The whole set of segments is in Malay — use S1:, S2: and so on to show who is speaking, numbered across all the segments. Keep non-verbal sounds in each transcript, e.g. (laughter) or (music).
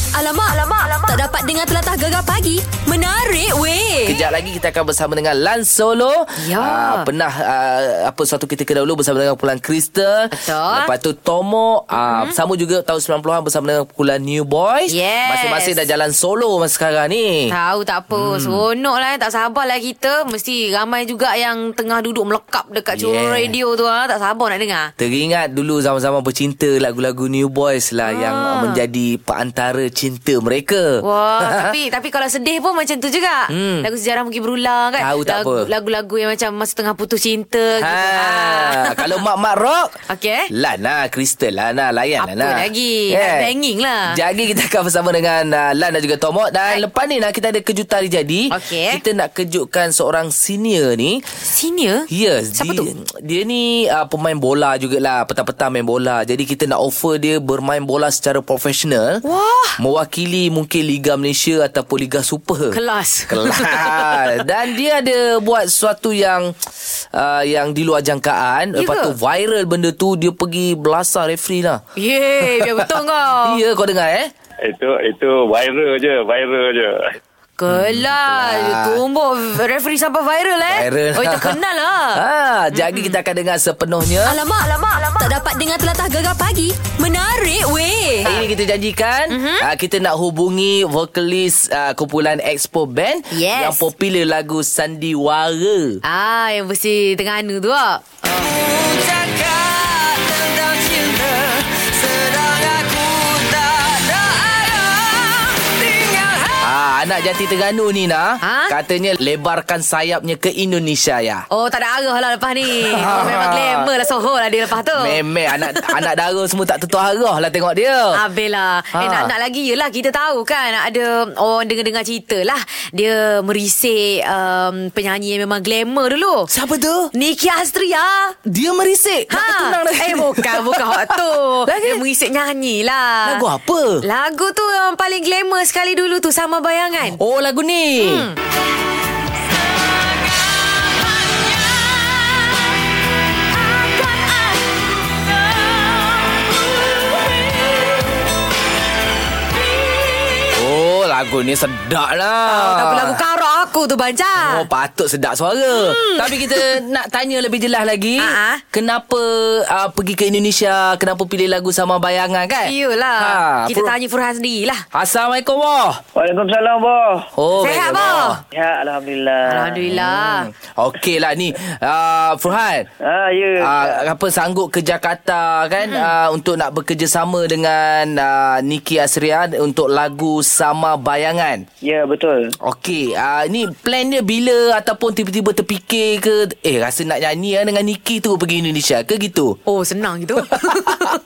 S1: Alamak, alamak, alamak. Tak dapat dengar telatah gegar pagi. Menarik weh.
S2: Kejap lagi kita akan bersama dengan Lan Solo.
S1: Ya.
S2: Ah, pernah ah, apa suatu ketika dahulu bersama dengan kumpulan Crystal.
S1: Betul. Mhm.
S2: Lepas tu Tomo. Ah, Sama juga tahun 90-an bersama dengan kumpulan New Boys.
S1: Yes. Ha.
S2: Masing-masing dah jalan solo masa sekarang ni.
S3: Tahu tak apa hmm. Seronok lah Tak sabar lah kita Mesti ramai juga yang Tengah duduk melekap Dekat yeah.
S2: Yeah.
S3: curung radio tu lah Tak sabar nak dengar
S2: Teringat dulu zaman-zaman bercinta lah lagu-lagu New Boys
S1: Ah.
S2: lah yang menjadi perantara cinta mereka.
S3: Wah,
S2: (laughs)
S3: tapi tapi kalau sedih pun macam tu juga. Hmm.
S2: Hmm.
S3: Lagu sejarah mungkin berulang kan.
S2: Tahu tak
S3: lagu,
S2: apa.
S3: Lagu-lagu yang macam masa tengah putus cinta
S2: Ha,
S3: gitu. Ah.
S2: kalau mak-mak rock
S1: (laughs)
S3: Okey. eh?
S2: Lan lah Crystal lah nah, Layan
S3: Apa
S2: lah nah.
S3: lagi? Banging lah.
S2: Jadi kita akan bersama dengan uh, Lan dan juga Tomok Dan lepas ni lah kita ada kejutan hari jadi
S3: Okey.
S2: Kita nak kejutkan seorang senior ni
S3: Senior?
S2: Yes
S3: Siapa
S2: dia,
S3: tu?
S2: Dia ni uh, pemain bola jugalah Petang-petang main bola Jadi kita nak offer dia bermain bola secara profesional
S3: Wah.
S2: Mewakili mungkin Liga Malaysia ataupun Liga Super
S3: Kelas.
S2: Kelas Dan dia ada buat sesuatu yang uh, Yang di luar jangkaan
S3: Ya
S2: Lepas
S3: ke?
S2: tu viral benda tu Dia pergi belasah referee lah
S3: (laughs) Yeay, biar betul kau.
S2: (laughs) Ya kau dengar eh
S4: Itu itu viral je, viral je.
S3: Kelas. Tumbuk referee sampai viral eh.
S2: Viral
S3: Oh, terkenal
S2: (laughs)
S3: lah.
S2: ha, Jadi kita akan dengar sepenuhnya
S1: Alamak, alamak, alamak. Tak dapat dengar telatah gegar pagi. Menarik weh.
S2: Hari ini kita janjikan
S3: Mhm.
S2: uh, Kita nak hubungi Vokalis uh, Kumpulan Expo Band
S3: Yes.
S2: Yang popular lagu Sandiwara
S3: Ah, yang mesti tengah anu tu lah.
S2: Cakap tentang cinta Sedang aku tak ada arah Tinggal Ah, anak jati Terengganu ni nah
S3: Ha?
S2: Katanya lebarkan sayapnya ke Indonesia ya
S3: Oh, tak ada arah lah lepas ni. Oh,
S2: (laughs)
S3: memang glamour lah Soho lah dia lepas tu.
S2: Memek anak anak dara semua tak tertua arah lah tengok dia
S3: Habis lah ha.
S2: Ha.
S3: eh, nak, nak lagi yelah Kita tahu kan Ada orang dengar-dengar cerita lah Dia merisik um, Penyanyi yang memang glamour dulu
S2: Siapa tu?
S3: Niki Astria
S2: Dia merisik Nak bertunang dah
S3: Eh bukan Bukan hak
S2: (laughs)
S3: tu
S2: Lagi?
S3: Dia merisik nyanyi lah
S2: Lagu apa?
S3: Lagu tu yang paling glamour sekali dulu tu Sama bayangan
S2: Oh lagu ni hmm. Oh lagu ni sedap lah
S3: oh, Tak apa lagu lah. karak aku tu Banca
S2: Oh patut sedap suara hmm. Tapi kita nak tanya lebih jelas lagi
S3: Ha-ha.
S2: Kenapa uh, pergi ke Indonesia Kenapa pilih lagu sama bayangan kan
S3: Iyalah
S2: Ha,
S3: Kita
S2: Fur-
S3: tanya Furhan sendiri lah
S2: Assalamuaikum wah
S4: Waalaikumsalam, boh.
S2: Oh
S3: Sehat
S2: baik,
S3: boh?
S2: wah.
S4: Ya, alhamdulillah.
S3: Alhamdulillah
S2: Okey lah ni uh, Furhan
S4: Ah, ya.
S2: Uh, apa sanggup ke Jakarta kan hmm. uh, untuk nak bekerjasama dengan uh, Niki Asria untuk lagu Sama Bayangan.
S4: Ya, betul.
S2: Okey, uh, ni plan dia bila ataupun tiba-tiba terfikir ke eh rasa nak nyanyi lah dengan Niki tu pergi Indonesia ke gitu?
S3: Oh senang
S2: (laughs)
S3: gitu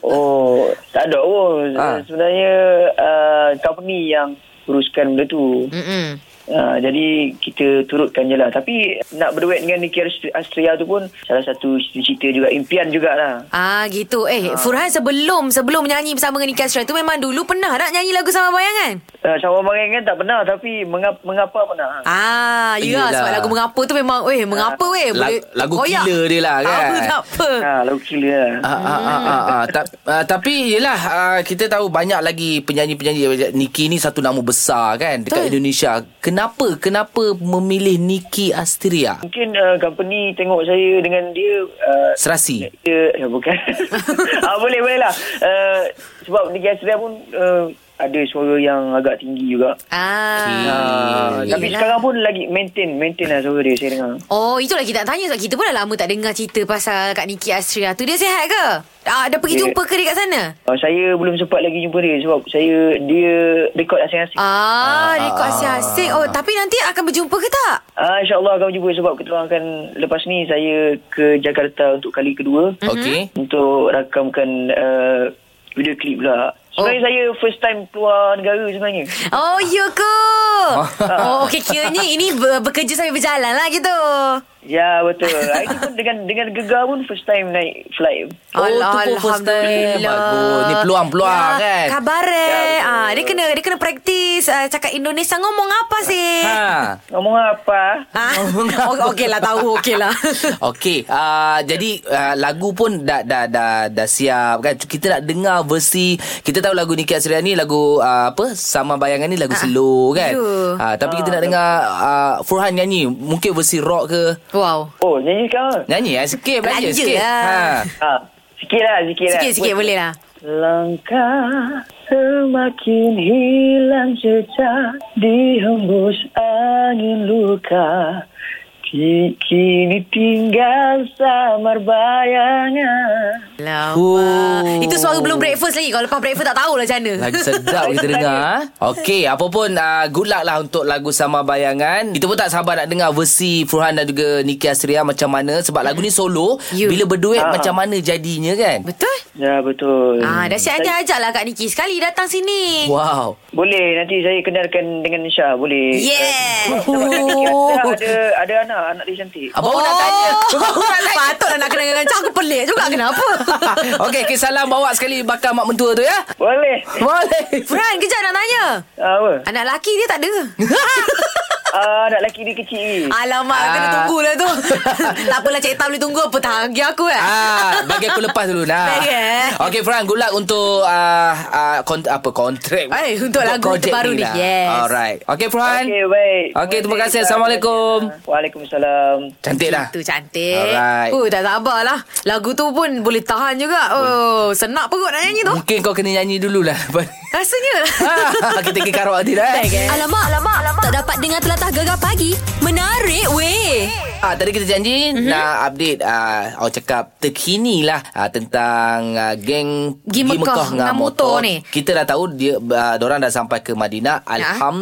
S4: Oh, tak ada. Oh,
S2: Ah.
S4: sebenarnya uh, company yang uruskan benda tu.
S3: Mm-mm.
S4: Uh, jadi kita turutkan je lah Tapi nak berduet dengan Niki Astria tu pun Salah satu cita-cita juga Impian jugalah
S3: Ah gitu. Eh ha. Furhan sebelum sebelum menyanyi bersama dengan Nika Astral tu memang dulu pernah tak nyanyi lagu sama bayangan?
S4: uh, Sama Mangan kan tak pernah Tapi mengapa, mengapa pernah
S3: Ah, ya
S2: Yelah.
S3: sebab lagu mengapa tu memang eh mengapa weh
S2: Lag-
S3: boleh
S2: lagu killer dia lah, kan?
S3: Apa tak apa.
S4: Ha, lagu killer lah
S2: Ah, ah, ah, ah, ah. Ta- ah, tapi yelah ah, kita tahu banyak lagi penyanyi-penyanyi Niki ni satu nama besar kan dekat
S3: Betul.
S2: Indonesia. Kenapa kenapa memilih Niki Astria?
S4: Mungkin uh, company tengok saya dengan dia uh,
S2: Serasi.
S4: dia eh, (laughs) bukan. ah, boleh boleh lah. Uh, sebab Niki Astria pun uh, ada suara yang agak tinggi juga.
S3: Ah.
S4: Ah,
S2: Hmm.
S4: tapi
S3: Yelah.
S4: sekarang pun lagi maintain maintain lah suara dia saya dengar.
S3: Oh, itulah kita nak tanya sebab kita pun dah lama tak dengar cerita pasal Kak Niki Astria tu. Dia sihat ke? Ah, dah pergi
S4: Dia-
S3: jumpa ke dekat sana?
S4: Uh, saya belum sempat lagi jumpa dia sebab saya dia rekod asing-asing. Ah.
S3: Ah, rekod asing-asing. Oh, tapi nanti akan berjumpa ke tak?
S4: Ah, InsyaAllah akan jumpa sebab kita orang akan lepas ni saya ke Jakarta untuk kali kedua.
S2: Okey.
S4: untuk rakamkan uh, video klip pula. Sebenarnya oh. saya first time keluar negara sebenarnya. (laughs)
S3: Oh, ya ke? Oh, okey kiranya ini ber- bekerja sambil berjalan lah gitu.
S4: Ya betul. Hari tu pun dengan dengan gegar pun first time naik flight.
S2: Oh, tu pun first time. Bagus. Ni peluang-peluang, kan?
S3: Kabar eh.
S4: Ya, betul.
S3: Ah, dia kena dia kena praktis ah, cakap Indonesia ngomong apa sih?
S2: Ha.
S4: Ngomong apa?
S3: (laughs) Ah,
S2: Ngomong apa?
S3: okey okay lah tahu okey lah.
S2: (laughs) Okey, uh, jadi uh, lagu pun dah dah dah dah siap kan. Kita nak dengar versi kita tahu lagu Niki Asria ni lagu uh, apa? Sama bayangan ni lagu slow
S3: Ah,
S2: kan.
S3: ya.
S2: Uh, tapi kita nak dengar uh, Furhan nyanyi, mungkin versi rock ke.
S3: wow.
S4: Oh, nyanyi sekarang.
S2: Nyanyi eh sikit belanja
S3: Belanja
S2: sikit.
S3: lah.
S4: Ha. Sikit lah, sikit lah.
S3: Sikit-sikit boleh lah.
S4: Langkah semakin hilang jejak Dihembus angin luka Ki- Kini tinggal samar bayangan
S3: Lama.
S2: Oh.
S3: Itu suara belum breakfast lagi. Kalau lepas breakfast tak tahulah macam mana.
S2: Lagi sedap kita dengar eh. Okey apa pun uh, Good luck lah Untuk lagu Sama Bayangan Kita pun tak sabar nak dengar Versi Furhan dan juga Niki Astria Macam mana Sebab lagu ni solo
S3: You.
S2: Bila berduet
S4: Ah.
S2: Macam mana jadinya kan
S3: (laughs) Betul?
S4: Ya betul
S3: Ah, dah siap
S4: Saya-
S3: aja ajak lah Kak Niki. Sekali datang sini.
S2: Wow
S4: Boleh nanti saya kenalkan dengan Syah Boleh
S3: Yeah. oh.
S4: Syah ada, ada anak Anak dia cantik
S2: Abang oh. nak (laughs) tanya Abang nak tanya
S3: Patutlah nak kena dengan aku pelik juga
S2: (laughs)
S3: kenapa?
S2: Okey okay, salam bawa sekali Bakar mak mentua tu ya
S4: Boleh
S2: Boleh
S3: Fran, kejap nak tanya.
S4: Apa?
S3: Anak lelaki dia
S2: (laughs)
S3: tak ada.
S4: Ah, anak lelaki dia kecil
S3: Alamak,
S2: Ah.
S3: kena tunggulah tu. (laughs) tak apalah Cik Tam boleh tunggu apa tahagi aku kan.
S2: Ah, bagi aku lepas dulu nah.
S3: Baik, eh?
S2: Okey Fran, good luck untuk uh, uh, kont- apa kontrak.
S3: Eh, untuk lagu
S2: projek lah.
S3: terbaru ni, yes.
S2: Alright. Okey Fran.
S4: Okey baik
S2: Okey, terima kasih. Assalamualaikum.
S4: Waalaikumsalam
S2: Cantik lah.
S3: Itu cantik.
S2: Alright.
S3: Oh, tak sabarlah. Lagu tu pun boleh tahan juga. Oh, senak perut nak nyanyi
S2: (laughs)
S3: tu.
S2: Mungkin kau kena nyanyi dululah (laughs) lepas ni.
S3: Rasanya lah.
S2: Ah, Kita pergi karaoke nanti dah eh.
S1: Alamak, alamak, alamak. Tak dapat dengar telatah gegar pagi. Menarik weh.
S2: Ah, tadi kita janji
S3: Mhm.
S2: mm-hmm. nak update ah, awak cakap terkini lah ah, tentang ah, geng
S3: Gi Mekah dengan motor ni. Ah.
S2: Kita dah tahu dia ah, orang dah sampai ke Madinah.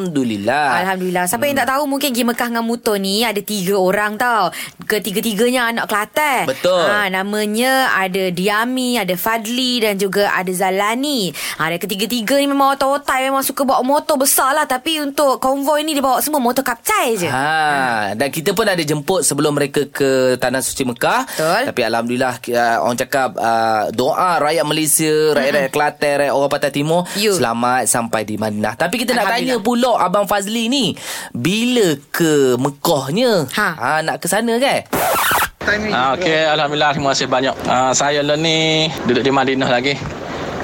S2: Alhamdulillah.
S3: Alhamdulillah. Siapa hmm. yang tak tahu mungkin pergi Mekah dengan motor ni ada tiga orang tau. Ketiga-tiganya anak Kelantan.
S2: Betul.
S3: Ha, namanya ada Diami, ada Fadli dan juga ada Zalani. Ha, ada ketiga-tiga ni memang otak-otak memang suka bawa motor besar lah. Tapi untuk konvoi ni dia bawa semua motor kapcai je. Ha.
S2: Ha, dan kita pun ada jemput sebelum mereka ke Tanah Suci Mekah.
S3: Betul.
S2: Tapi alhamdulillah uh, orang cakap uh, doa rakyat Malaysia, rakyat-rakyat Kelantan, rakyat orang Pantai Timur
S3: You.
S2: selamat sampai di Madinah. Tapi kita nak tanya
S3: Alhamdulillah.
S2: pula abang Fazli ni, bila ke Mekahnya?
S3: Ha.
S2: ha nak ke sana
S3: (laughs)
S2: kan?
S5: Ah, Okey, Alhamdulillah terima kasih banyak. Ah, saya lah ni duduk di Madinah lagi.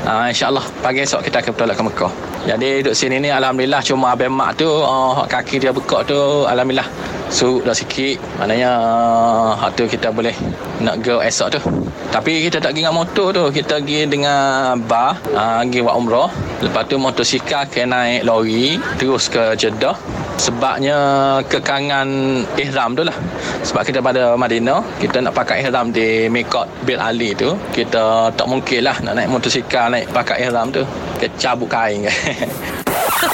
S5: Ah, InsyaAllah pagi esok kita akan bertolak ke Mekah. Jadi duduk sini ni Alhamdulillah cuma abang mak tu oh, kaki dia bekak tu Alhamdulillah surut dah sikit. Maknanya ah, hak tu kita boleh nak go esok tu. Tapi kita tak pergi dengan motor tu. Kita pergi dengan bar, ah, pergi buat umrah. Lepas tu motosikal kena naik lori terus ke Jeddah. Sebabnya kekangan ihram tu lah. Sebab kita pada Madinah, kita nak pakai ihram di Mekot Bil Ali tu, kita tak mungkin lah nak naik motosikal, naik pakai ihram tu. Kita cabut kain (laughs) kan.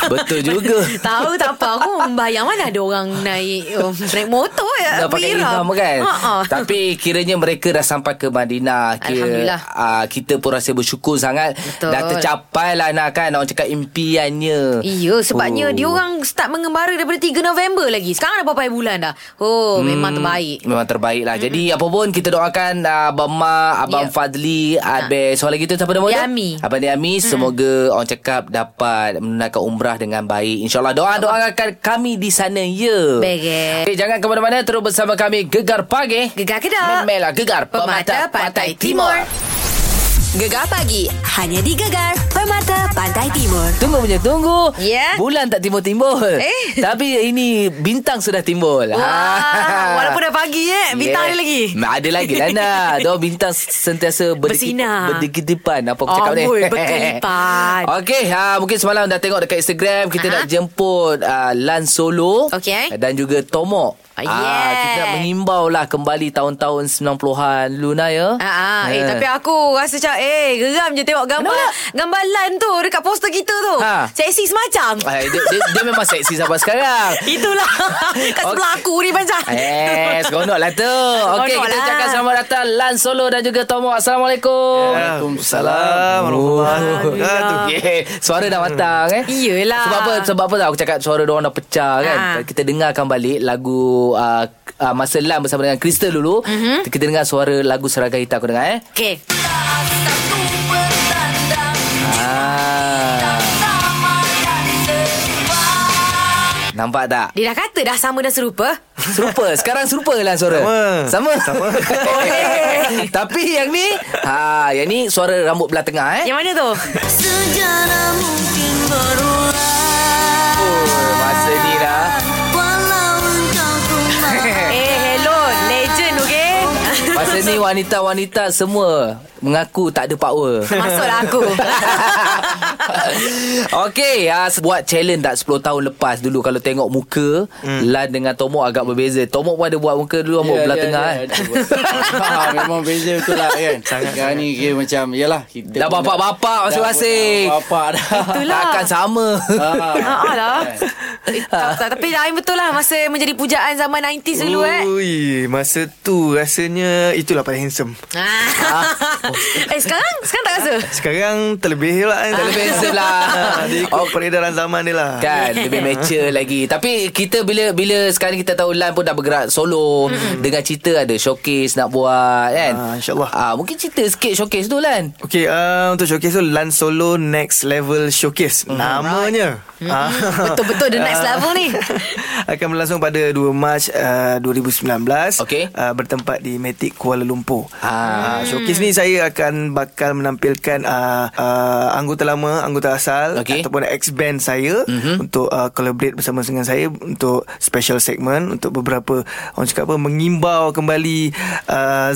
S2: Betul juga.
S3: Tahu tak apa Aku membayang mana ada orang naik um, Naik motor ya Ha,
S2: Dah pakai ihram kan
S3: Ha-ha.
S2: Tapi kiranya mereka dah sampai ke Madinah Kira,
S3: Alhamdulillah.
S2: ah, Kita pun rasa bersyukur sangat
S3: Betul.
S2: Dah tercapai lah nak kan Orang cakap impiannya
S3: Iya sebabnya oh. dia orang start mengembara daripada 3 November lagi. Sekarang dah berapa bulan dah? Oh hmm. memang terbaik.
S2: Memang terbaik lah Jadi apa pun Kita doakan uh, Abang Ma Abang
S3: Ya.
S2: Fadli Abang Soalan kita Siapa nama dia?
S3: Yami.
S2: Abang Yami Semoga orang cakap Dapat menunaikan umrah Dengan baik InsyaAllah Doa-doakan kami di sana Ya
S3: Baik, eh.
S2: okay, Jangan ke mana-mana Terus bersama kami Gegar Pagi
S3: Gegar Kedah.
S2: Memelah lah, Gegar Pemata, Pantai Timur.
S1: Gegar pagi. Hanya di Gegar. Permata Pantai Timur.
S2: Tunggu punya tunggu
S3: Ya.
S2: Bulan tak timbul-timbul
S3: Eh.
S2: (laughs) Tapi ini bintang sudah timbul
S3: Wah,
S2: (laughs) Ha.
S3: walaupun dah pagi eh, bintang
S2: Yeah.
S3: ada lagi.
S2: Ah. Nah, Ada lagi lah
S3: (laughs)
S2: nak Dia bintang sentiasa berdikit,
S3: Bersinar.
S2: Berdekipan Apa aku cakap ni (laughs)
S3: Amboi, berkelipan.
S2: Okey ha, Mungkin semalam dah tengok dekat Instagram Kita
S3: Aha.
S2: nak jemput uh, Lan Solo
S3: Okey.
S2: Dan juga Tomok
S3: Ah,
S2: Ah,
S3: yeah.
S2: Kita nak mengimbau lah Kembali tahun-tahun 90-an Luna ya
S3: Ah, ah, eh,
S2: Ha.
S3: tapi aku rasa macam Eh geram je tengok gambar
S2: Kenapa?
S3: Gambar lan tu Dekat poster kita tu
S2: Ha.
S3: Seksi semacam
S2: Ah, dia, dia, dia memang seksi sampai sekarang
S3: (laughs) Itulah Kat sebelah aku ni macam
S2: Eh,
S3: (laughs)
S2: seronok lah tu. Okey, kita
S3: Seronok lah.
S2: ucapkan selamat datang Lan Solo dan juga Tomo. Assalamualaikum.
S6: Waalaikumsalam warahmatullahi wabarakatuh.
S2: Oh. Yeah. Suara dah matang eh.
S3: Iyalah.
S2: Sebab apa? Sebab apa tak aku cakap suara dia orang dah pecah kan.
S3: Ah.
S2: Kita dengarkan balik lagu uh, uh, masa Lam bersama dengan Crystal dulu.
S3: Mhm.
S2: Mm-hmm. Kita dengar suara lagu Seragai Hitam aku dengar eh.
S3: Okay.
S2: Ah. Nampak tak?
S3: Dia dah kata dah sama dan serupa.
S2: Serupa Sekarang serupa lah suara
S6: Sama.
S2: Sama, Sama. (laughs) Boleh Tapi yang ni ha, Yang ni suara rambut belah tengah eh
S3: Yang mana tu?
S7: Sejarah mungkin berulang
S2: Oh, Masa ni dah
S7: Walau engkau ku maafkan
S3: eh, hello. Legend, okay?
S2: Masa ni wanita-wanita semua Mengaku tak ada power
S3: Masuklah aku.
S2: (laughs) Okey, uh, buat challenge tak 10 tahun lepas dulu kalau tengok muka hmm. Ya, Lan dengan Tomok agak berbeza. Tomok pun ada buat muka dulu rambut yeah, belah yeah, tengah. eh. Yeah,
S8: ha, memang beza betul lah kan. Sangat Yang ni kira macam
S2: Ah,
S8: Yalah kita
S2: Dah bapak-bapak masing-masing.
S8: Dah Bapak dah
S3: Itulah.
S2: Takkan sama.
S8: Ha.
S3: Haa lah. Eh, tak- tak- Tapi lain betul lah masa menjadi pujaan zaman 90s dulu eh.
S6: Ui, masa tu rasanya itulah paling handsome.
S3: Ah. eh sekarang Sekarang tak rasa
S6: Sekarang terlebih lah kan.
S2: Ah.
S6: (laughs)
S2: Terlebih sebelah. Oh,
S6: Ha, Dia ikut peredaran zaman dia lah.
S2: Kan Lebih mature lagi Tapi kita bila Bila sekarang kita tahu Lan pun dah bergerak solo mm-hmm. Dengan cerita ada showcase nak buat kan
S6: Ah, insyaAllah.
S2: ah, Mungkin cerita sikit showcase tu Lan
S6: Okay, uh, untuk showcase tu Lan Solo Next Level Showcase Namanya Ah.
S3: Mm-hmm. Betul-betul the next level ni
S6: (laughs) Akan berlangsung pada 2 Mac uh, 2019
S2: Okey.
S6: uh, Bertempat di Matic Kuala Lumpur
S2: Ah.
S6: uh, Showcase ni saya akan bakal menampilkan uh, uh, Anggota lama, anggota asal
S2: Okey.
S6: Ataupun ex-band saya mm-hmm. Untuk uh, collaborate bersama dengan saya Untuk special segment Untuk beberapa Orang cakap apa Mengimbau kembali uh,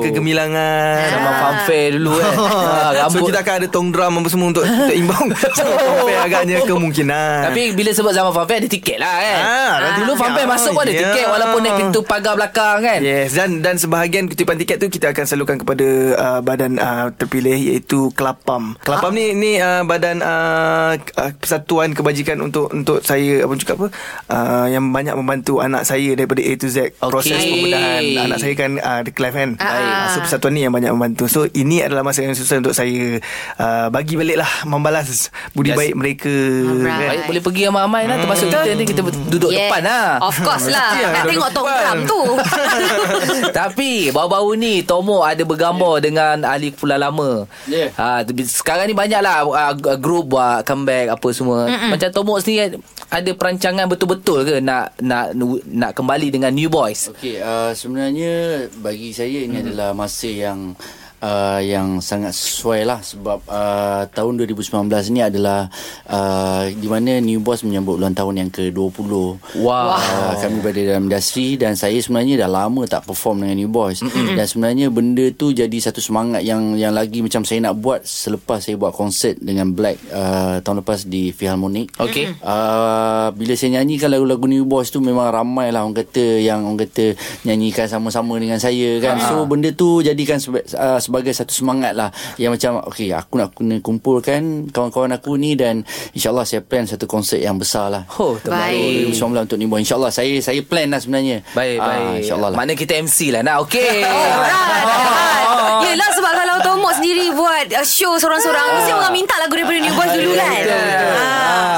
S2: Oh.
S6: oh. kegemilangan
S2: Sama
S6: (laughs) Ah.
S2: fanfare dulu kan ah,
S6: So
S2: Rambut
S6: kita akan ada tong drum apa semua untuk, untuk
S2: (laughs)
S6: imbang Sampai agaknya kemungkinan
S2: Tapi bila sebut zaman fanfare Ada tiket lah kan
S6: kan. Ah,
S2: ah,
S6: nanti
S2: Dulu fanfare
S6: kau.
S2: masuk pun ada
S6: Ya.
S2: tiket Walaupun naik pintu pagar belakang kan
S6: Yes dan dan sebahagian kutipan tiket tu kita akan salurkan kepada uh, badan uh, terpilih iaitu Kelapam. Kelapam ni ni uh, badan uh, uh, persatuan kebajikan untuk untuk saya apa cakap apa uh, yang banyak membantu anak saya daripada A to Z proses pembedahan anak saya kan uh, the cleft kan.
S3: Ah,
S6: Uh, so persatuan ni yang banyak membantu. So ini adalah masa yang susah untuk saya uh, bagi balik lah membalas budi
S2: Yes.
S6: baik mereka.
S3: Alright.
S2: Baik, boleh pergi ramai-ramai lah Termasuk
S6: Hmm.
S2: kita nanti kita duduk
S3: Yes.
S2: depan lah
S3: Of course lah
S6: Mesti lah
S3: Nak
S6: duduk
S3: tengok
S6: depan.
S3: tong drum tu
S2: (laughs) Tapi baru-baru ni Tomo ada bergambar yeah. dengan ahli kepulauan lama.
S8: Ya.
S2: Ha, tapi sekarang ni banyaklah uh, group buat comeback apa semua. Mm-mm. Macam Tomo sendiri ada perancangan betul-betul ke nak nak nak kembali dengan New Boys?
S8: Okey, uh, sebenarnya bagi saya
S2: Hmm.
S8: ini adalah masa yang uh, yang sangat sesuai lah sebab uh, tahun 2019 ni adalah uh, di mana New Boss menyambut ulang tahun yang ke-20.
S2: Wow.
S8: Uh, kami berada dalam industri dan saya sebenarnya dah lama tak perform dengan New Boys dan sebenarnya benda tu jadi satu semangat yang yang lagi macam saya nak buat selepas saya buat konsert dengan Black uh, tahun lepas di Philharmonic.
S2: Okey.
S8: Uh, bila saya nyanyikan lagu-lagu New Boys tu memang ramai lah orang kata yang orang kata nyanyikan sama-sama dengan saya kan.
S2: Ah.
S8: So benda tu jadikan seba- uh, sebagai satu semangat lah yang macam okey aku nak kena kumpulkan kawan-kawan aku ni dan insyaallah saya plan satu konsert yang besar lah.
S2: Oh,
S3: Baik.
S2: terbaik.
S8: 2019 untuk New Boys. InsyaAllah saya saya plan lah sebenarnya.
S2: Baik,
S8: Ah,
S2: baik.
S8: InsyaAllah lah.
S2: Mana kita MC lah nak. Okey.
S3: Oh, lah. Alright Yelah sebab kalau Tomok sendiri buat uh, show seorang-seorang Mesti orang minta lagu daripada New Boys dulu kan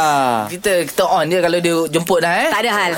S8: Ah.
S2: Kita kita on je kalau dia jemput dah eh.
S3: Tak ada hal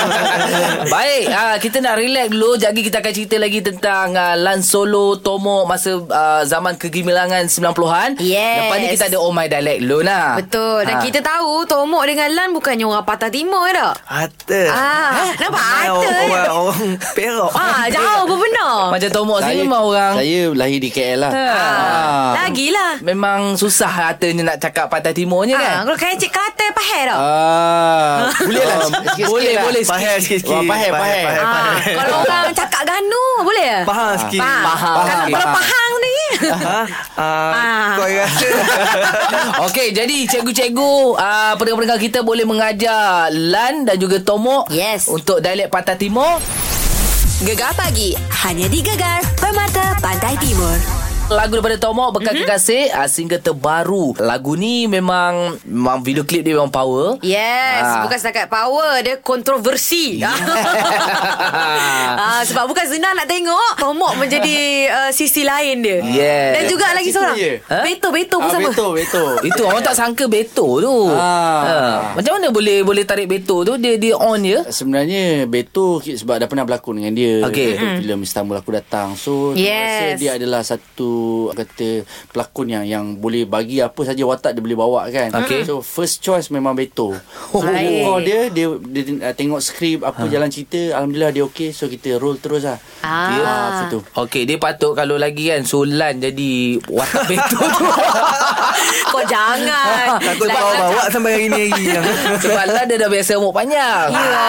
S2: (laughs) Baik, ah, kita nak relax dulu. Sekejap lagi kita akan cerita lagi tentang ah, Lan Solo, Tomo masa ah, zaman kegemilangan 90-an.
S3: Yes.
S2: Lepas ni kita ada Oh My Dialect dulu lah.
S3: Betul Dan
S2: Ah.
S3: kita tahu Tomok dengan Lan bukannya orang patah timur eh tak
S6: Hata.
S3: Ah, Nampak ada
S6: Eh? Orang, orang, (laughs) orang Perak.
S3: Ah, jauh berbenar
S2: Macam Tomo
S8: Saya-
S2: sini memang orang
S8: Saya lahir di KL lah.
S3: Ah, Lagilah
S2: memang susah hatanya nak cakap patah timurnya kan.
S3: Ah, Kalau kaya cik kata pahal tak
S8: Ah,
S2: (laughs)
S8: boleh lah sikit-sikit
S2: Boleh,
S8: lah.
S2: boleh.
S6: Pahal Eh, sikit-sikit.
S8: Wah, pahal, pahal.
S6: Eh,
S3: Ah, kalau orang cakap ganu boleh ya?
S6: Ah, Faham sikit.
S3: Faham.
S2: Faham.
S3: Kalau
S2: Faham.
S3: kalau faham ni.
S6: Ha? Ah,
S3: Ah.
S6: Kau rasa
S2: (laughs) Okey, jadi cikgu-cikgu uh, pendengar-pendengar kita boleh mengajar Lan dan juga Tomok
S3: Yes.
S2: untuk dialek Pantai Timur.
S1: Gegar pagi. Hanya di Gegar. Permata Pantai Timur.
S2: Lagu daripada Tomok Bekal mm-hmm. Kekasih uh, Single terbaru Lagu ni memang Memang video klip dia memang power
S3: Ya. Yes,
S2: Ah.
S3: bukan setakat power dia kontroversi. (laughs) ah sebab bukan senang nak tengok tomok menjadi uh, sisi lain dia.
S2: Yes.
S3: Dan juga lagi
S8: Situ
S3: seorang.
S8: je.
S2: Ha?
S3: Beto Beto pun
S8: Ah,
S3: sama.
S8: Betul, betul.
S2: Itu orang tak sangka Beto tu
S8: Ah.
S2: ah. ha. Macam mana boleh Boleh tarik Beto tu Dia dia on je
S8: Sebenarnya Beto ki- sebab dah pernah berlakon dengan dia
S2: Okey.
S8: Untuk filem Istanbul aku datang. So tu rasa
S3: Yes.
S8: dia adalah satu orang kata pelakon yang yang boleh bagi apa saja watak dia boleh bawa kan.
S2: Okey.
S8: So first choice memang Beto. Oh.
S3: Baik.
S8: Call dia dia, dia, uh, tengok skrip
S2: Ha.
S8: apa jalan cerita alhamdulillah dia okey so kita roll terus lah.
S3: Ah.
S8: apa tu.
S2: Okey dia patut Kalau lagi kan Sulan jadi Watak Beto tu
S3: (laughs) Kau jangan.
S6: Takut
S3: Lain-
S6: kau bawa sampai hari ni lagi yang.
S2: Sebab Lan dia dah biasa umur panjang
S3: Ya.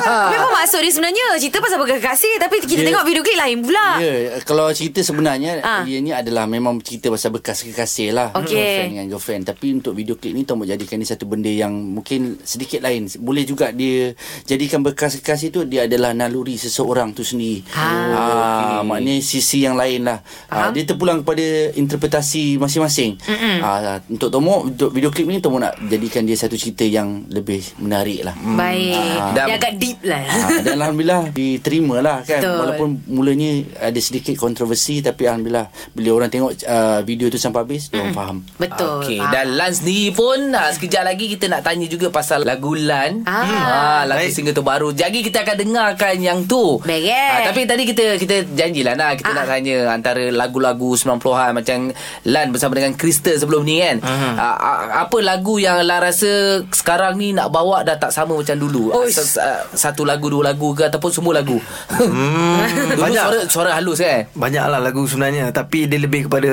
S2: (laughs)
S3: Memang maksud dia sebenarnya cerita pasal berkekasih tapi kita
S8: Dia-
S3: tengok video klip lain pula.
S8: Ya, yeah, kalau cerita sebenarnya
S3: Ah.
S8: ha. ianya adalah memang cerita pasal bekas kekasih lah
S3: Okey.
S8: girlfriend dengan girlfriend. Tapi untuk video klip ni Tomok jadikan ni satu benda yang mungkin sedikit lain. Boleh juga dia jadikan bekas kekasih tu dia adalah naluri seseorang tu sendiri.
S3: Ah,
S8: Ha, okay. maknanya sisi yang lain lah. Ha, dia terpulang kepada interpretasi masing-masing. Ha, untuk Tomok untuk video klip ni Tomok nak jadikan dia satu cerita yang lebih menarik lah.
S3: Hmm. Baik.
S8: Ah.
S3: Dia
S2: Dan-
S3: agak deep lah.
S8: Ha, dan Alhamdulillah diterima lah kan
S3: Betul.
S8: Betul. Walaupun mulanya ada sedikit kontroversi Tapi Alhamdulillah Bila orang tengok uh, video tu sampai habis mm. Diorang faham
S3: (laughs) Betul.
S2: Okey,
S3: Ah.
S2: dan Lan sendiri pun ha, sekejap lagi kita nak tanya juga pasal lagu Lan.
S3: Ah.
S2: ha, lagu
S6: Baik.
S2: single terbaru. Jadi kita akan dengarkan yang tu.
S3: Beres. Ah.
S2: Ah, tapi tadi kita kita janjilah nah kita nak tanya antara lagu-lagu 90-an macam Lan bersama dengan Crystal sebelum ni kan. Ah, ah, apa lagu yang Lan rasa sekarang ni nak bawa dah tak sama macam dulu? Ah,
S3: Oish.
S2: sa- sa- Satu lagu, dua lagu ke ataupun semua lagu? (laughs) Dulu
S6: Hmm, banyak.
S2: suara suara halus kan?
S6: (laughs) Banyaklah lagu sebenarnya Tapi dia lebih kepada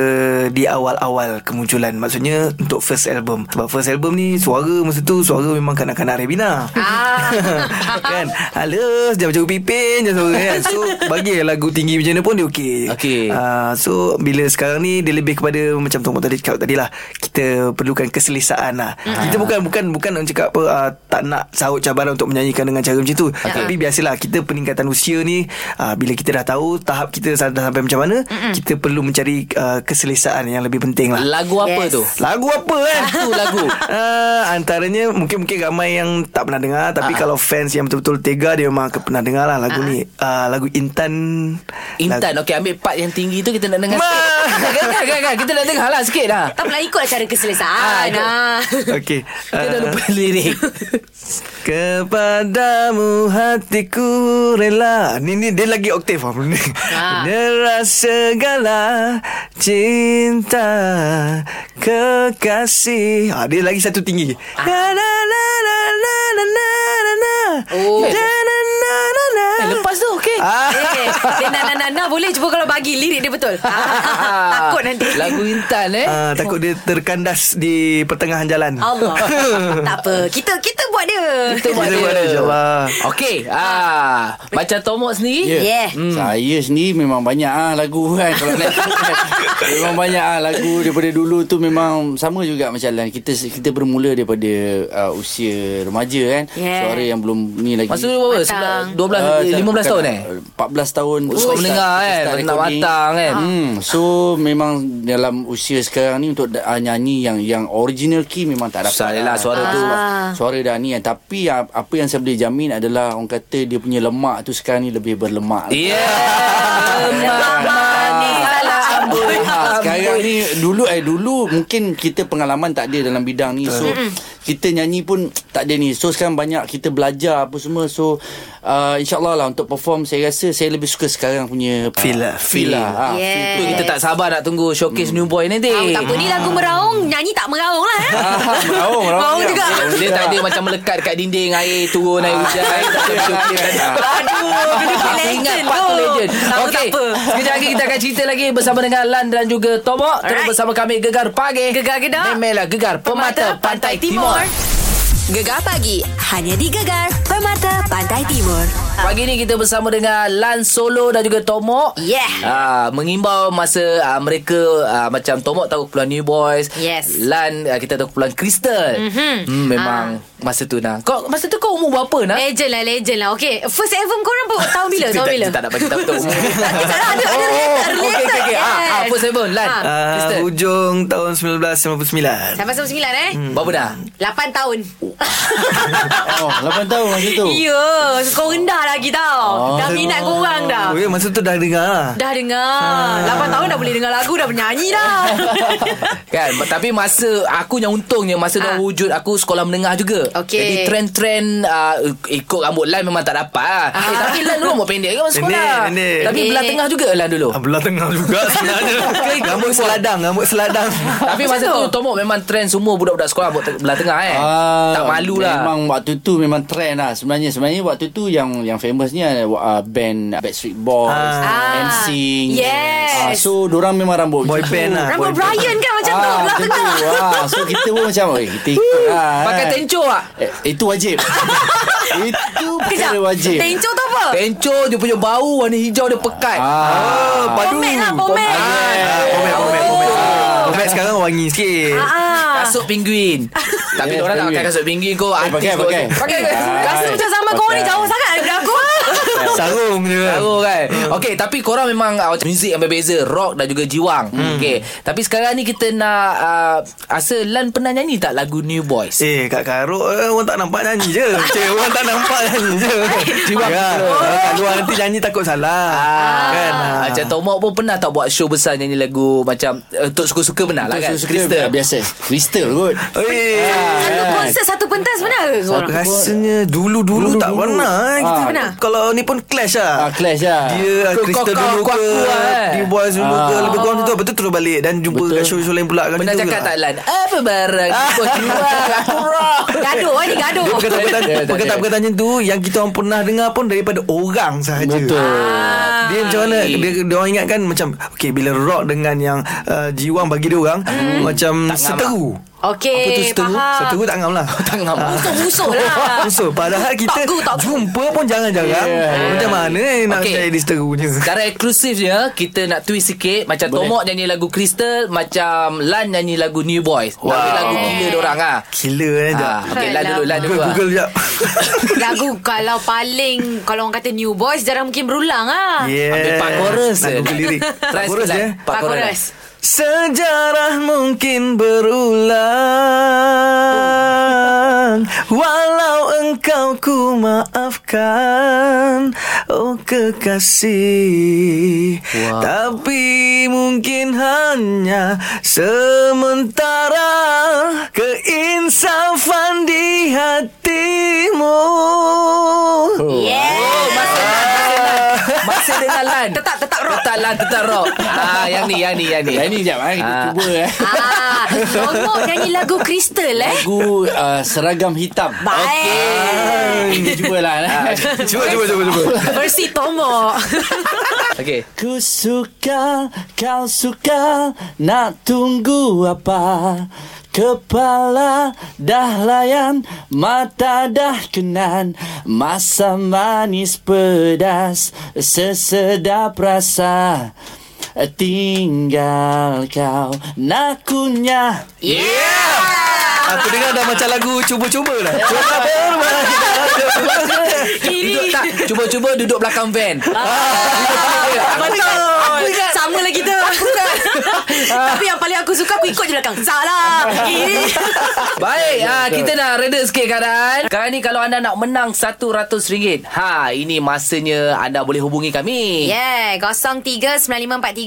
S6: Di awal-awal kemunculan Maksudnya Untuk first album Sebab first album ni Suara masa tu Suara memang kanak-kanak Rebina
S3: Ah.
S6: (laughs) kan Halus Dia macam pipin je suara kan So bagi lagu tinggi macam mana pun Dia okey
S2: Okey.
S6: uh, So bila sekarang ni Dia lebih kepada Macam Tomok tadi cakap tadi lah Kita perlukan keselesaan lah Kita bukan Bukan bukan nak cakap apa uh, Tak nak sahut cabaran Untuk menyanyikan dengan cara macam tu Tapi biasalah Kita peningkatan usia ni uh, Bila kita dah tahu Tahap kita dah sampai macam mana Mm-mm. Kita perlu mencari uh, Keselesaan yang lebih penting lah
S2: Lagu apa
S3: Yes.
S2: tu?
S6: Lagu apa eh?
S2: Satu Ah,
S6: (laughs)
S2: lagu.
S6: uh, antaranya mungkin-mungkin ramai yang tak pernah dengar
S2: Ah.
S6: tapi uh-huh. kalau fans yang betul-betul tega dia memang akan pernah dengar lah lagu uh-huh. ni. Uh, lagu Intan.
S2: Intan Okey ambil part yang tinggi tu Kita nak dengar sikit kan, kan, kan, kan. Kita nak dengar lah sikit lah
S3: Tak pula ikut cara keselesaan.
S2: Ah,
S3: Ah,
S6: Okey.
S2: (laughs)
S6: Ah,
S2: Kita dah lupa lirik
S6: Kepadamu hatiku rela Ni ni dia lagi oktif (laughs)
S2: Ah.
S6: faham ni. Dera segala cinta kekasih ha, Dia lagi satu tinggi
S2: Ah.
S6: Na, na, na, na, na, na, na, na, na.
S3: Oh.
S6: Na, na, na, na, na.
S2: (laughs) eh, Lepas tu okey (laughs)
S6: Ah.
S3: Eh, dia nak nak nak nak boleh cuba kalau bagi lirik dia betul. Ah, Takut nanti.
S2: Lagu Intan eh
S6: Ah, takut dia terkandas di pertengahan jalan (laughs)
S3: Allah. tak apa. Kita kita buat dia.
S2: Kita buat
S6: Kita buat dia,
S2: dia
S6: insyaAllah.
S2: Okey ah, Macam Tomok sendiri
S3: Yeah.
S8: Hmm. Saya sendiri memang banyak ah lagu kan kalau nak
S3: (laughs)
S8: ikut kan. memang banyak ah lagu daripada dulu tu memang sama juga macam Lan. Kita kita bermula daripada uh, usia remaja kan.
S3: Yeah.
S8: Suara yang belum ni lagi.
S2: Masa tu berapa? Sebelas- dua belas,
S8: Ah, tak-
S2: lima belas
S8: bukan,
S2: tahun eh?
S8: 14 tahun.
S2: Oh,
S8: Kita
S2: suka mendengar kan
S8: start- kita start
S2: Nak
S8: recording.
S2: matang kan
S8: Hmm, so memang dalam usia sekarang ni untuk uh, nyanyi yang yang original key memang tak dapat.
S2: Susah lah suara tu.
S8: Sebab Suara dah ni kan. Tapi ah, apa yang saya boleh jamin adalah orang kata dia punya lemak tu sekarang ni lebih berlemak. lah.
S2: Yeah
S3: Lemak manis dalam amboi.
S8: Ah, sekarang ni dulu eh dulu mungkin kita pengalaman tak ada dalam bidang ni so kita nyanyi pun tak ada ni so sekarang banyak kita belajar apa semua so uh, insyaallah lah untuk perform saya rasa saya lebih suka sekarang punya
S6: Feel lah.
S8: feel lah ah,
S3: Yeah.
S8: feel
S2: Tu kita tak sabar nak tunggu Showcase New Boy nanti
S3: Tahu tak apa ni lagu meraung Nyanyi tak meraung lah eh?
S8: meraung, meraung
S3: Meraung
S8: juga.
S3: juga
S2: Dia tak ada macam melekat Dekat dinding Air turun Air hujan Air tak ada showcase tak ada.
S3: Aduh Kena
S2: (laughs) Aku
S3: pilih
S2: ingat
S3: legend
S2: part tu
S3: tu
S2: legend
S3: Tahu tak
S2: Okey,
S3: apa
S2: Sekejap lagi kita akan cerita lagi Bersama dengan Lan dan juga Tomok Terus
S3: Alright.
S2: bersama kami Gegar Pagi
S3: Gegar Gedak.
S2: Memelah Gegar Pemata Pantai Timur
S1: Gegar pagi hanya di Gegar Permata Pantai Timur.
S2: Pagi ni kita bersama dengan Lan Solo dan juga Tomok
S3: Yeah.
S2: Ah, Mengimbau masa ah, mereka ah, Macam Tomok tahu keperluan New Boys
S3: Yes. Mhm.
S2: Lan ah, kita tahu keperluan Crystal mm-hmm. hmm, Memang masa tu nah. Kau masa tu kau umur berapa nah?
S3: Legend lah Legend lah Okay First album korang pun Tahun bila
S2: Kita
S3: Tahun
S2: tak-
S3: bila
S2: kita tak nak bagi tahu betul umur.
S3: Tak ada Ada related
S2: Oh, okay, okay, okay. Ah, ah, first album, Lan.
S3: Ah.
S2: Kristen.
S6: Uh, hujung tahun 1999.
S3: Sampai sama sembilan eh
S2: Berapa
S3: (laughs)
S2: dah?
S3: 8 tahun
S8: Hmm. Oh, 8 tahun masa tu. Ah,
S3: Ya so Kau rendah lagi tau Dah minat korang dah
S6: Oh, ya, masa tu dah dengar lah.
S3: Dah dengar
S8: Ha.
S3: 8 tahun dah boleh dengar lagu Dah bernyanyi
S8: (laughs)
S3: dah
S2: Kan Tapi masa Aku yang untungnya Masa
S3: Ah.
S2: dah wujud Aku sekolah menengah juga
S3: Okey.
S2: Jadi trend-trend uh, Ikut rambut Lan memang tak dapat lah. eh, Tapi Lan dulu rambut pendek kan masa
S6: Pendek,
S2: sekolah
S6: pendek.
S2: Tapi belah
S3: Ah. Pendek.
S2: tengah juga Lan dulu
S6: Ah, Belah tengah juga (laughs) sebenarnya. rambut seladang, rambut seladang.
S2: Tapi masa tu Tomok memang trend Semua budak-budak sekolah Rambut te- belah tengah eh Tak malu lah
S8: Ah, Memang waktu tu memang trend lah sebenarnya. Sebenarnya waktu tu yang yang famous ni ada uh, band Backstreet Boys,
S3: Ah.
S8: ah. NSYNC.
S3: Yes.
S8: Ah, so dorang memang rambut
S6: Boy
S8: macam
S6: band
S8: tu.
S6: lah.
S3: Rambut
S6: boy band.
S3: Brian kan macam tu
S8: Ah,
S3: Belah
S8: macam
S3: tengah
S8: tu. Ah, so kita pun macam Oi, kita ikut lah
S2: Pakai
S8: kan."
S2: tenco lah
S8: eh, Itu wajib Itu
S3: Kejap
S8: perkara wajib Eh,
S3: Tenco tu apa
S2: Tenco dia punya bau Warna hijau dia pekat
S8: Ah,
S3: Pomek lah Pomek
S6: Ah, Pomek, pomek, pomek.
S8: Ah,
S6: Pomek Ah, sekarang wangi sikit.
S3: Ah.
S2: Kasut pinguin Tapi
S8: Yes,
S2: orang tak pakai
S8: penguin.
S2: kasut pinguin Kau
S8: Eh,
S2: artis
S8: pakai,
S2: kau
S8: pakai.
S2: tu. Pakai
S8: ah.
S3: Rasa macam zaman korang ni
S8: Pakai.
S3: Jauh sangat daripada aku
S8: Ah.
S6: Sarung je.
S2: Tahu kan
S6: Hmm.
S2: Okay tapi korang memang uh, Macam muzik yang berbeza Rock dan juga jiwang
S6: Hmm.
S2: Okay Tapi sekarang ni kita nak uh, Asa Lan pernah nyanyi tak Lagu New Boys
S6: Eh, kat karok eh, orang tak nampak nyanyi je. Cik, orang tak nampak nyanyi je. Cuba ya, orang kat luar nanti nyanyi takut salah. Kan? ah.
S2: Macam Tomok pun pernah tak buat show besar Nyanyi lagu macam uh, Tok suka-suka pernah lah kan
S8: Suka-suka
S2: Krista
S8: Biasa Crystal kot
S6: Eh,
S3: Satu konsert Satu pentas benar ke korang
S6: rasanya dulu-dulu tak
S8: Dulu-dulu.
S6: pernah. eh. Kita
S8: Ah.
S3: Pernah?
S6: Kalau ni pun clash
S8: ah,
S6: lah.
S8: Clash lah
S6: Dia
S2: Kau-
S6: Krista
S2: kau- kau-
S6: dulu
S2: aku-
S6: ke
S2: aku lah, eh.
S6: Dia boys dulu ke Lebih kurang tu Lepas tu terus balik Dan jumpa
S8: Betul.
S6: kat show-show lain pula kali
S2: Pernah
S6: tu
S2: cakap
S6: lah.
S2: tak Lan Apa barang Kau
S6: (laughs)
S2: jiwang Aku rock
S3: Gaduh eh ni gaduh
S6: Dia perkataan-perkataan
S8: Tak ada, tak ada.
S6: Perkataan-perkataan macam tu Yang kita orang pernah dengar pun Daripada orang sahaja
S8: Betul
S6: Dia macam mana dia, dia orang ingatkan macam Okay bila rock dengan yang uh, Jiwang bagi dia orang Macam seteru Apa tu
S3: Okay Eh,
S6: seteru?
S3: Faham
S6: Seteru tak ngam lah
S2: Tak ngam
S3: Musuh-musuh
S6: (laughs)
S3: lah
S6: So padahal kita
S3: Tak ku, tak ku. (laughs)
S6: Jumpa pun jarang-jarang
S8: Yeah.
S6: Macam mana eh Nak
S2: Okey.
S6: okay. jadi seteru je
S2: Secara eksklusifnya Kita nak twist sikit Macam
S8: Boleh.
S2: Tomok nyanyi lagu Crystal Macam Lan nyanyi lagu New Boys wow. Tapi lagu gila dorang ah.
S6: Gila eh
S2: Ha,
S6: jap.
S2: okay, Lan dulu Lan dulu
S6: Google,
S2: ah.
S6: Google jap
S3: Lagu kalau paling Kalau orang kata new boys Jarang mungkin berulang lah
S6: Yeah
S2: Ambil part chorus
S6: Nak
S2: eh.
S6: Google lirik
S2: Try
S6: Part chorus
S2: sikit,
S6: ya
S2: Lan. Part
S3: Pak
S2: chorus.
S3: Koras
S6: Sejarah mungkin
S4: (laughs)
S6: berulang Walau engkau ku maafkan Oh kekasih
S2: Wow.
S6: Tapi mungkin hanya sementara Keinsafan di hatimu
S2: Oh, masih Lan, masih Lan. Masih dengan Lan.
S3: Tetap tetap rock
S2: Tetap Lan, tetap rock. Ah, yang ni, yang ni, yang ni.
S8: Yang ni sekejap eh, Kita
S2: Ah.
S8: cuba eh
S3: Ah, Tomok nyanyi lagu Crystal eh
S8: Lagu uh, Seragam Hitam
S3: Baik
S8: Ah, Kita cuba lah eh.
S6: Cuba, cuba, cuba, cuba
S3: Versi Tomok
S2: Okay.
S8: Ku suka, kau suka, nak tunggu apa? Kepala dah layan, mata dah kenan Masa manis pedas, sesedap rasa Tinggal kau nakunya
S6: Aku dengar dah macam lagu cuba-cuba dah Cuba bermain
S2: Duduk tak? Cuba-cuba duduk belakang van.
S3: Ah.
S2: Ah.
S3: Betul Sama lah kita (laughs) Tapi yang paling aku suka Aku ikut je belakang
S6: (laughs)
S3: Salah Kiri
S2: Baik, ha, kita nak reda sikit keadaan. Sekarang ni kalau anda nak menang RM100, ha, ini masanya anda boleh hubungi kami.
S3: Yeah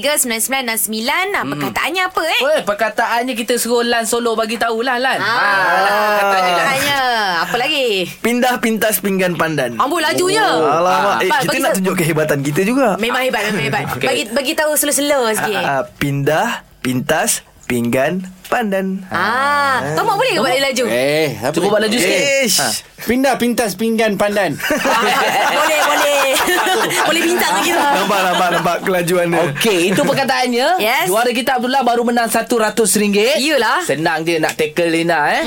S3: 03-9543-9969 ah,
S6: Hmm.
S3: Perkataannya apa eh
S2: Weh, perkataannya kita suruh Lan Solo bagi tahulah Lan.
S3: Ah,
S2: Ha, Lan
S6: Ah.
S2: katanya Lan.
S3: Perkataannya Apa lagi
S6: Pindah pintas pinggan pandan
S3: Ambul lajunya
S6: Alamak eh,
S3: Ba-
S6: Kita
S3: bagi
S6: nak
S3: sa-
S6: tunjuk kehebatan kita juga
S3: Memang hebat Memang
S6: (laughs)
S3: hebat
S2: Okay.
S3: Bagi bagi tahu slow-slow sikit
S6: Ah, ah, Pindah pintas pinggan pandan
S3: Ah, Tomok boleh ke buat laju?
S8: Eh, apa
S2: Cuba buat laju sikit.
S6: Ish
S8: Pindah pintas pinggan
S2: (laughs)
S8: pandan
S3: (laughs) boleh,
S6: (laughs)
S3: boleh. boleh bintang lagi lah. tu.
S6: Nampak nampak nampak kelajuan dia
S2: Okey, itu perkataannya.
S3: (laughs) Yes.
S2: Juara kita Abdullah baru menang RM100.
S3: Iyalah.
S2: Senang je nak tackle Lina eh.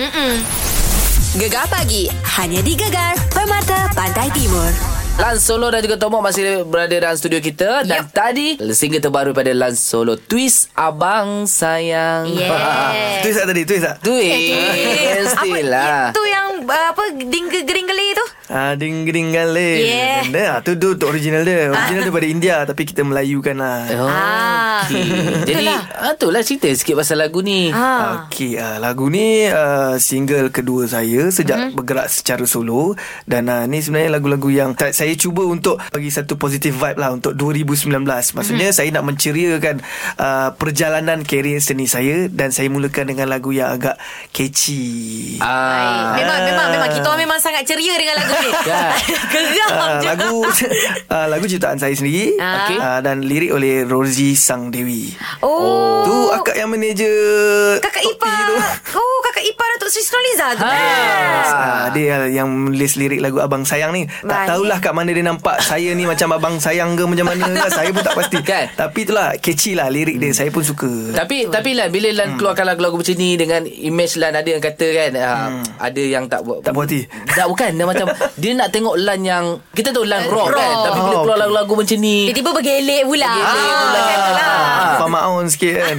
S1: Gegar pagi. Hanya di Gegar. Permata Pantai Timur.
S2: Lan Solo dan juga Tomok masih berada dalam studio kita dan tadi single terbaru pada Lan Solo Twist Abang Sayang.
S3: Yeah.
S6: Ah, Tulis tak tadi tulis tak
S2: Twist.
S3: Eh, Apa,
S2: Pastilah.
S3: Itu yang uh, apa ding geringgeli tu?
S6: Ah, ding ding gale.
S3: Yeah.
S6: Nah, tu tu tu original dia. Original daripada India tapi kita Melayukan lah.
S2: Oh,
S3: Ah.
S2: okay. Jadi ah, itulah cerita sikit pasal lagu ni
S3: Ha.
S6: Okey, uh, lagu ni uh, single kedua saya sejak mm-hmm. bergerak secara solo dan uh, ni sebenarnya lagu-lagu yang tak, saya cuba untuk bagi satu positive vibe lah untuk 2019. Maksudnya mm-hmm. saya nak menceriakan uh, perjalanan karier seni saya dan saya mulakan dengan lagu yang agak
S2: (laughs)
S6: catchy. Uh,
S2: ah.
S3: Baik. Memang memang memang kita orang memang sangat ceria dengan lagu ni. (laughs)
S2: Ya.
S3: Geram
S6: Uh,
S3: je.
S6: lagu (laughs) uh, lagu ciptaan saya sendiri
S3: Ah.
S2: Okey.
S6: uh, dan lirik oleh Rosie Sang Dewi.
S3: Oh.
S6: Tu akak yang manager
S3: Kakak
S6: Tok P
S3: Ipar
S6: tu.
S3: Oh kakak Ipar Datuk Sri Nurliza tu
S2: Ha.
S6: Ah, dia yang menulis lirik lagu Abang Sayang ni
S3: Baik.
S6: Tak tahulah kat mana dia nampak Saya ni macam Abang Sayang ke macam mana ke Saya pun tak pasti
S2: Kan?
S6: Tapi itulah catchy lah lirik dia Saya pun suka
S2: Tapi tapi
S3: eh.
S2: Lan bila Lan hmm. keluarkan lagu-lagu macam ni dengan image Lan ada yang kata kan hmm. ada yang tak buat
S6: Tak puas hati
S2: tak bukan dia macam dia nak tengok Lan yang kita tahu Lan rock,
S3: Eh, rock.
S2: kan tapi bila
S6: Oh,
S2: keluar
S6: okay.
S2: lagu-lagu macam ni
S3: Tiba-tiba bergelek pula
S2: Bergelek
S3: Ah,
S2: pula.
S3: macam tu lah.
S6: Ah, Faham on sikit kan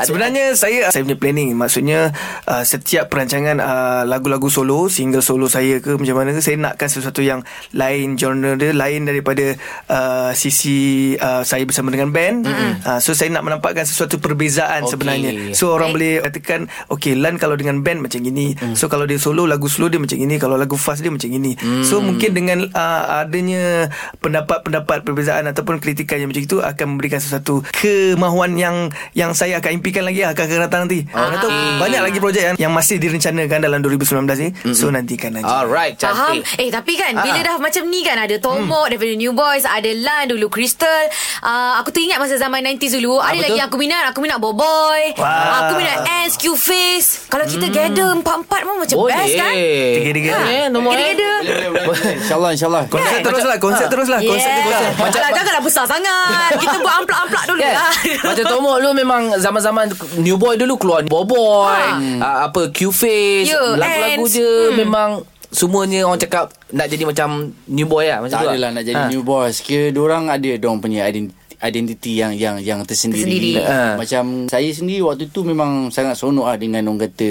S6: Sebenarnya saya Saya punya planning Maksudnya uh, Setiap perancangan uh, Lagu-lagu solo Single solo saya ke Macam mana ke Saya nakkan sesuatu yang Lain genre dia Lain daripada uh, Sisi uh, Saya bersama dengan band mm-hmm. uh, So saya nak menampakkan Sesuatu perbezaan
S2: Okey.
S6: okay. sebenarnya So orang boleh katakan Okay Lan kalau dengan band macam gini
S2: Hmm.
S6: mm. So kalau dia solo Lagu slow dia macam gini Kalau lagu fast dia macam gini
S2: Hmm.
S6: mm. So mungkin dengan uh, Adanya Pendapat-pendapat Perbezaan Ataupun kritikan yang macam itu Akan memberikan sesuatu Kemahuan yang Yang saya akan impikan lagi Akan akan datang nanti
S2: Ah,
S6: okay. tahu Banyak lagi projek yang, yang masih direncanakan Dalam 2019 ni
S2: Hmm.
S6: mm So nantikan aja
S2: alright
S3: Faham
S2: cantik
S3: Eh tapi kan Bila
S2: Ah.
S3: dah macam ni kan Ada Tomok hmm. daripada New Boys Ada Lan dulu Crystal uh, Aku teringat masa zaman 90s dulu Ada
S2: betul?
S3: lagi yang aku minat Aku minat Boboy
S6: Wah.
S3: Aku minat S Q Face Kalau kita gather Empat-empat pun macam
S2: boleh
S3: best kan Ah,
S6: Tiga-tiga
S2: boleh nombor eh
S3: Tiga-tiga
S8: InsyaAllah insyaAllah
S6: Konsep teruslah
S2: Ah.
S6: Konsep teruslah Ah, Konsep
S3: Yeah.
S6: teruslah
S3: Macam janganlah besar sangat. Kita buat amplak-amplak dulu
S2: Kan?
S3: lah.
S2: (laughs) Macam Tomok dulu memang zaman-zaman New Boy dulu keluar Boboy, ha. apa Q-Face,
S3: Ya,
S2: lagu-lagu
S3: Ants. Hmm.
S2: je memang semuanya orang cakap nak jadi macam New Boy lah macam
S8: Tak
S2: tu.
S8: adalah nak jadi ha. new boss Kira diorang ada Diorang punya identiti identiti yang yang yang tersendiri,
S3: Tersendiri.
S8: Uh.
S2: Ha.
S8: macam saya sendiri waktu tu memang sangat seronok lah dengan orang kata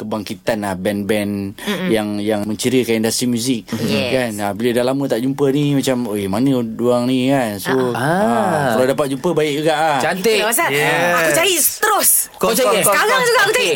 S8: kebangkitan lah band-band Mm-mm. yang yang menceriakan industri muzik
S3: Yes.
S8: kan ah, bila dah lama tak jumpa ni macam oi mana diorang ni kan so uh-huh.
S2: Ah.
S8: kalau dapat jumpa baik juga ah
S2: Cantik.
S3: Itulah pasal
S6: Yes.
S3: Aku cari terus.
S2: Kau,
S6: Kau-
S2: cari
S6: kau- kau-
S3: Sekarang juga aku cari.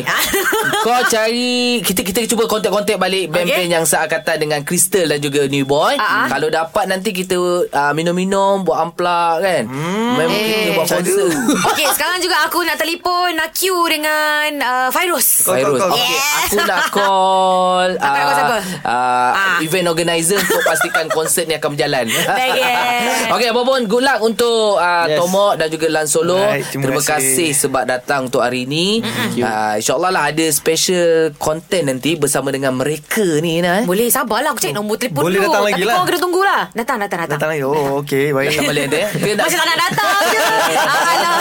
S2: (laughs) Kau cari Kita kita cuba kontak-kontak balik Band-band yang seangkatan Dengan Crystal dan juga New Boy
S3: Ah, ah.
S2: Kalau dapat nanti kita uh, Minum-minum Buat amplak kan hmm. Memang
S3: Eh.
S2: kita buat konser
S3: (laughs) Okey, sekarang juga aku nak telefon Nakiu dengan uh, Fairuz.
S6: Kau-
S2: Virus
S6: kau- kau-
S2: okay, Aku
S3: (laughs)
S2: nak call
S3: Nak call siapa?
S2: uh,
S3: Ah.
S2: Event organizer Untuk pastikan konsert ni akan berjalan
S3: Baik,
S2: (laughs)
S3: eh.
S2: Okay Bobon Good luck untuk uh, yes.
S6: Yes.
S2: Tomok Dan juga Lan Solo
S6: Alright, terima
S2: Terima kasih
S6: kasih.
S2: sebab datang untuk hari ni uh, InsyaAllah lah ada special content nanti Bersama dengan mereka ni nah, eh.
S3: Boleh sabarlah aku cari nombor telefon
S6: Oh, Boleh
S3: dulu.
S6: datang lagi
S3: Tapi
S6: lah.
S3: kau kena tunggulah. Datang, datang, datang.
S6: Datang lagi Oh okay baik
S2: Datang balik
S3: (laughs)
S2: nanti eh. Dia nak-
S3: Macam tak nak
S2: (laughs)
S3: datang
S6: (laughs)
S3: je. Ah, alah.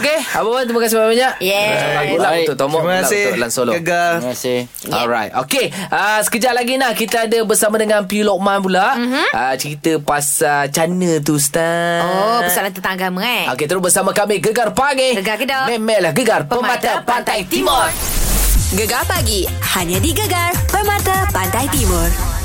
S2: Okay Abang Wan terima kasih banyak-banyak
S3: Yes.
S2: Ah, Good luck
S8: Baik.
S2: untuk Tomok
S6: Terima
S2: good luck
S6: kasih
S2: untuk Lan Solo
S6: Gagal
S8: terima kasih
S2: Alright Okay uh, Sekejap lagi nah Kita ada bersama dengan Piu Lokman pula mm-hmm. uh, Cerita pasal Cana tu Ustaz
S3: Oh, persoalan tentang agama eh.
S2: Okey terus bersama kami Gegar Pagi
S3: Gegar Kedah.
S2: Memelah Gegar Pemata, Pantai Timur
S1: Gegar pagi. Hanya di Gegar. Permata Pantai Timur.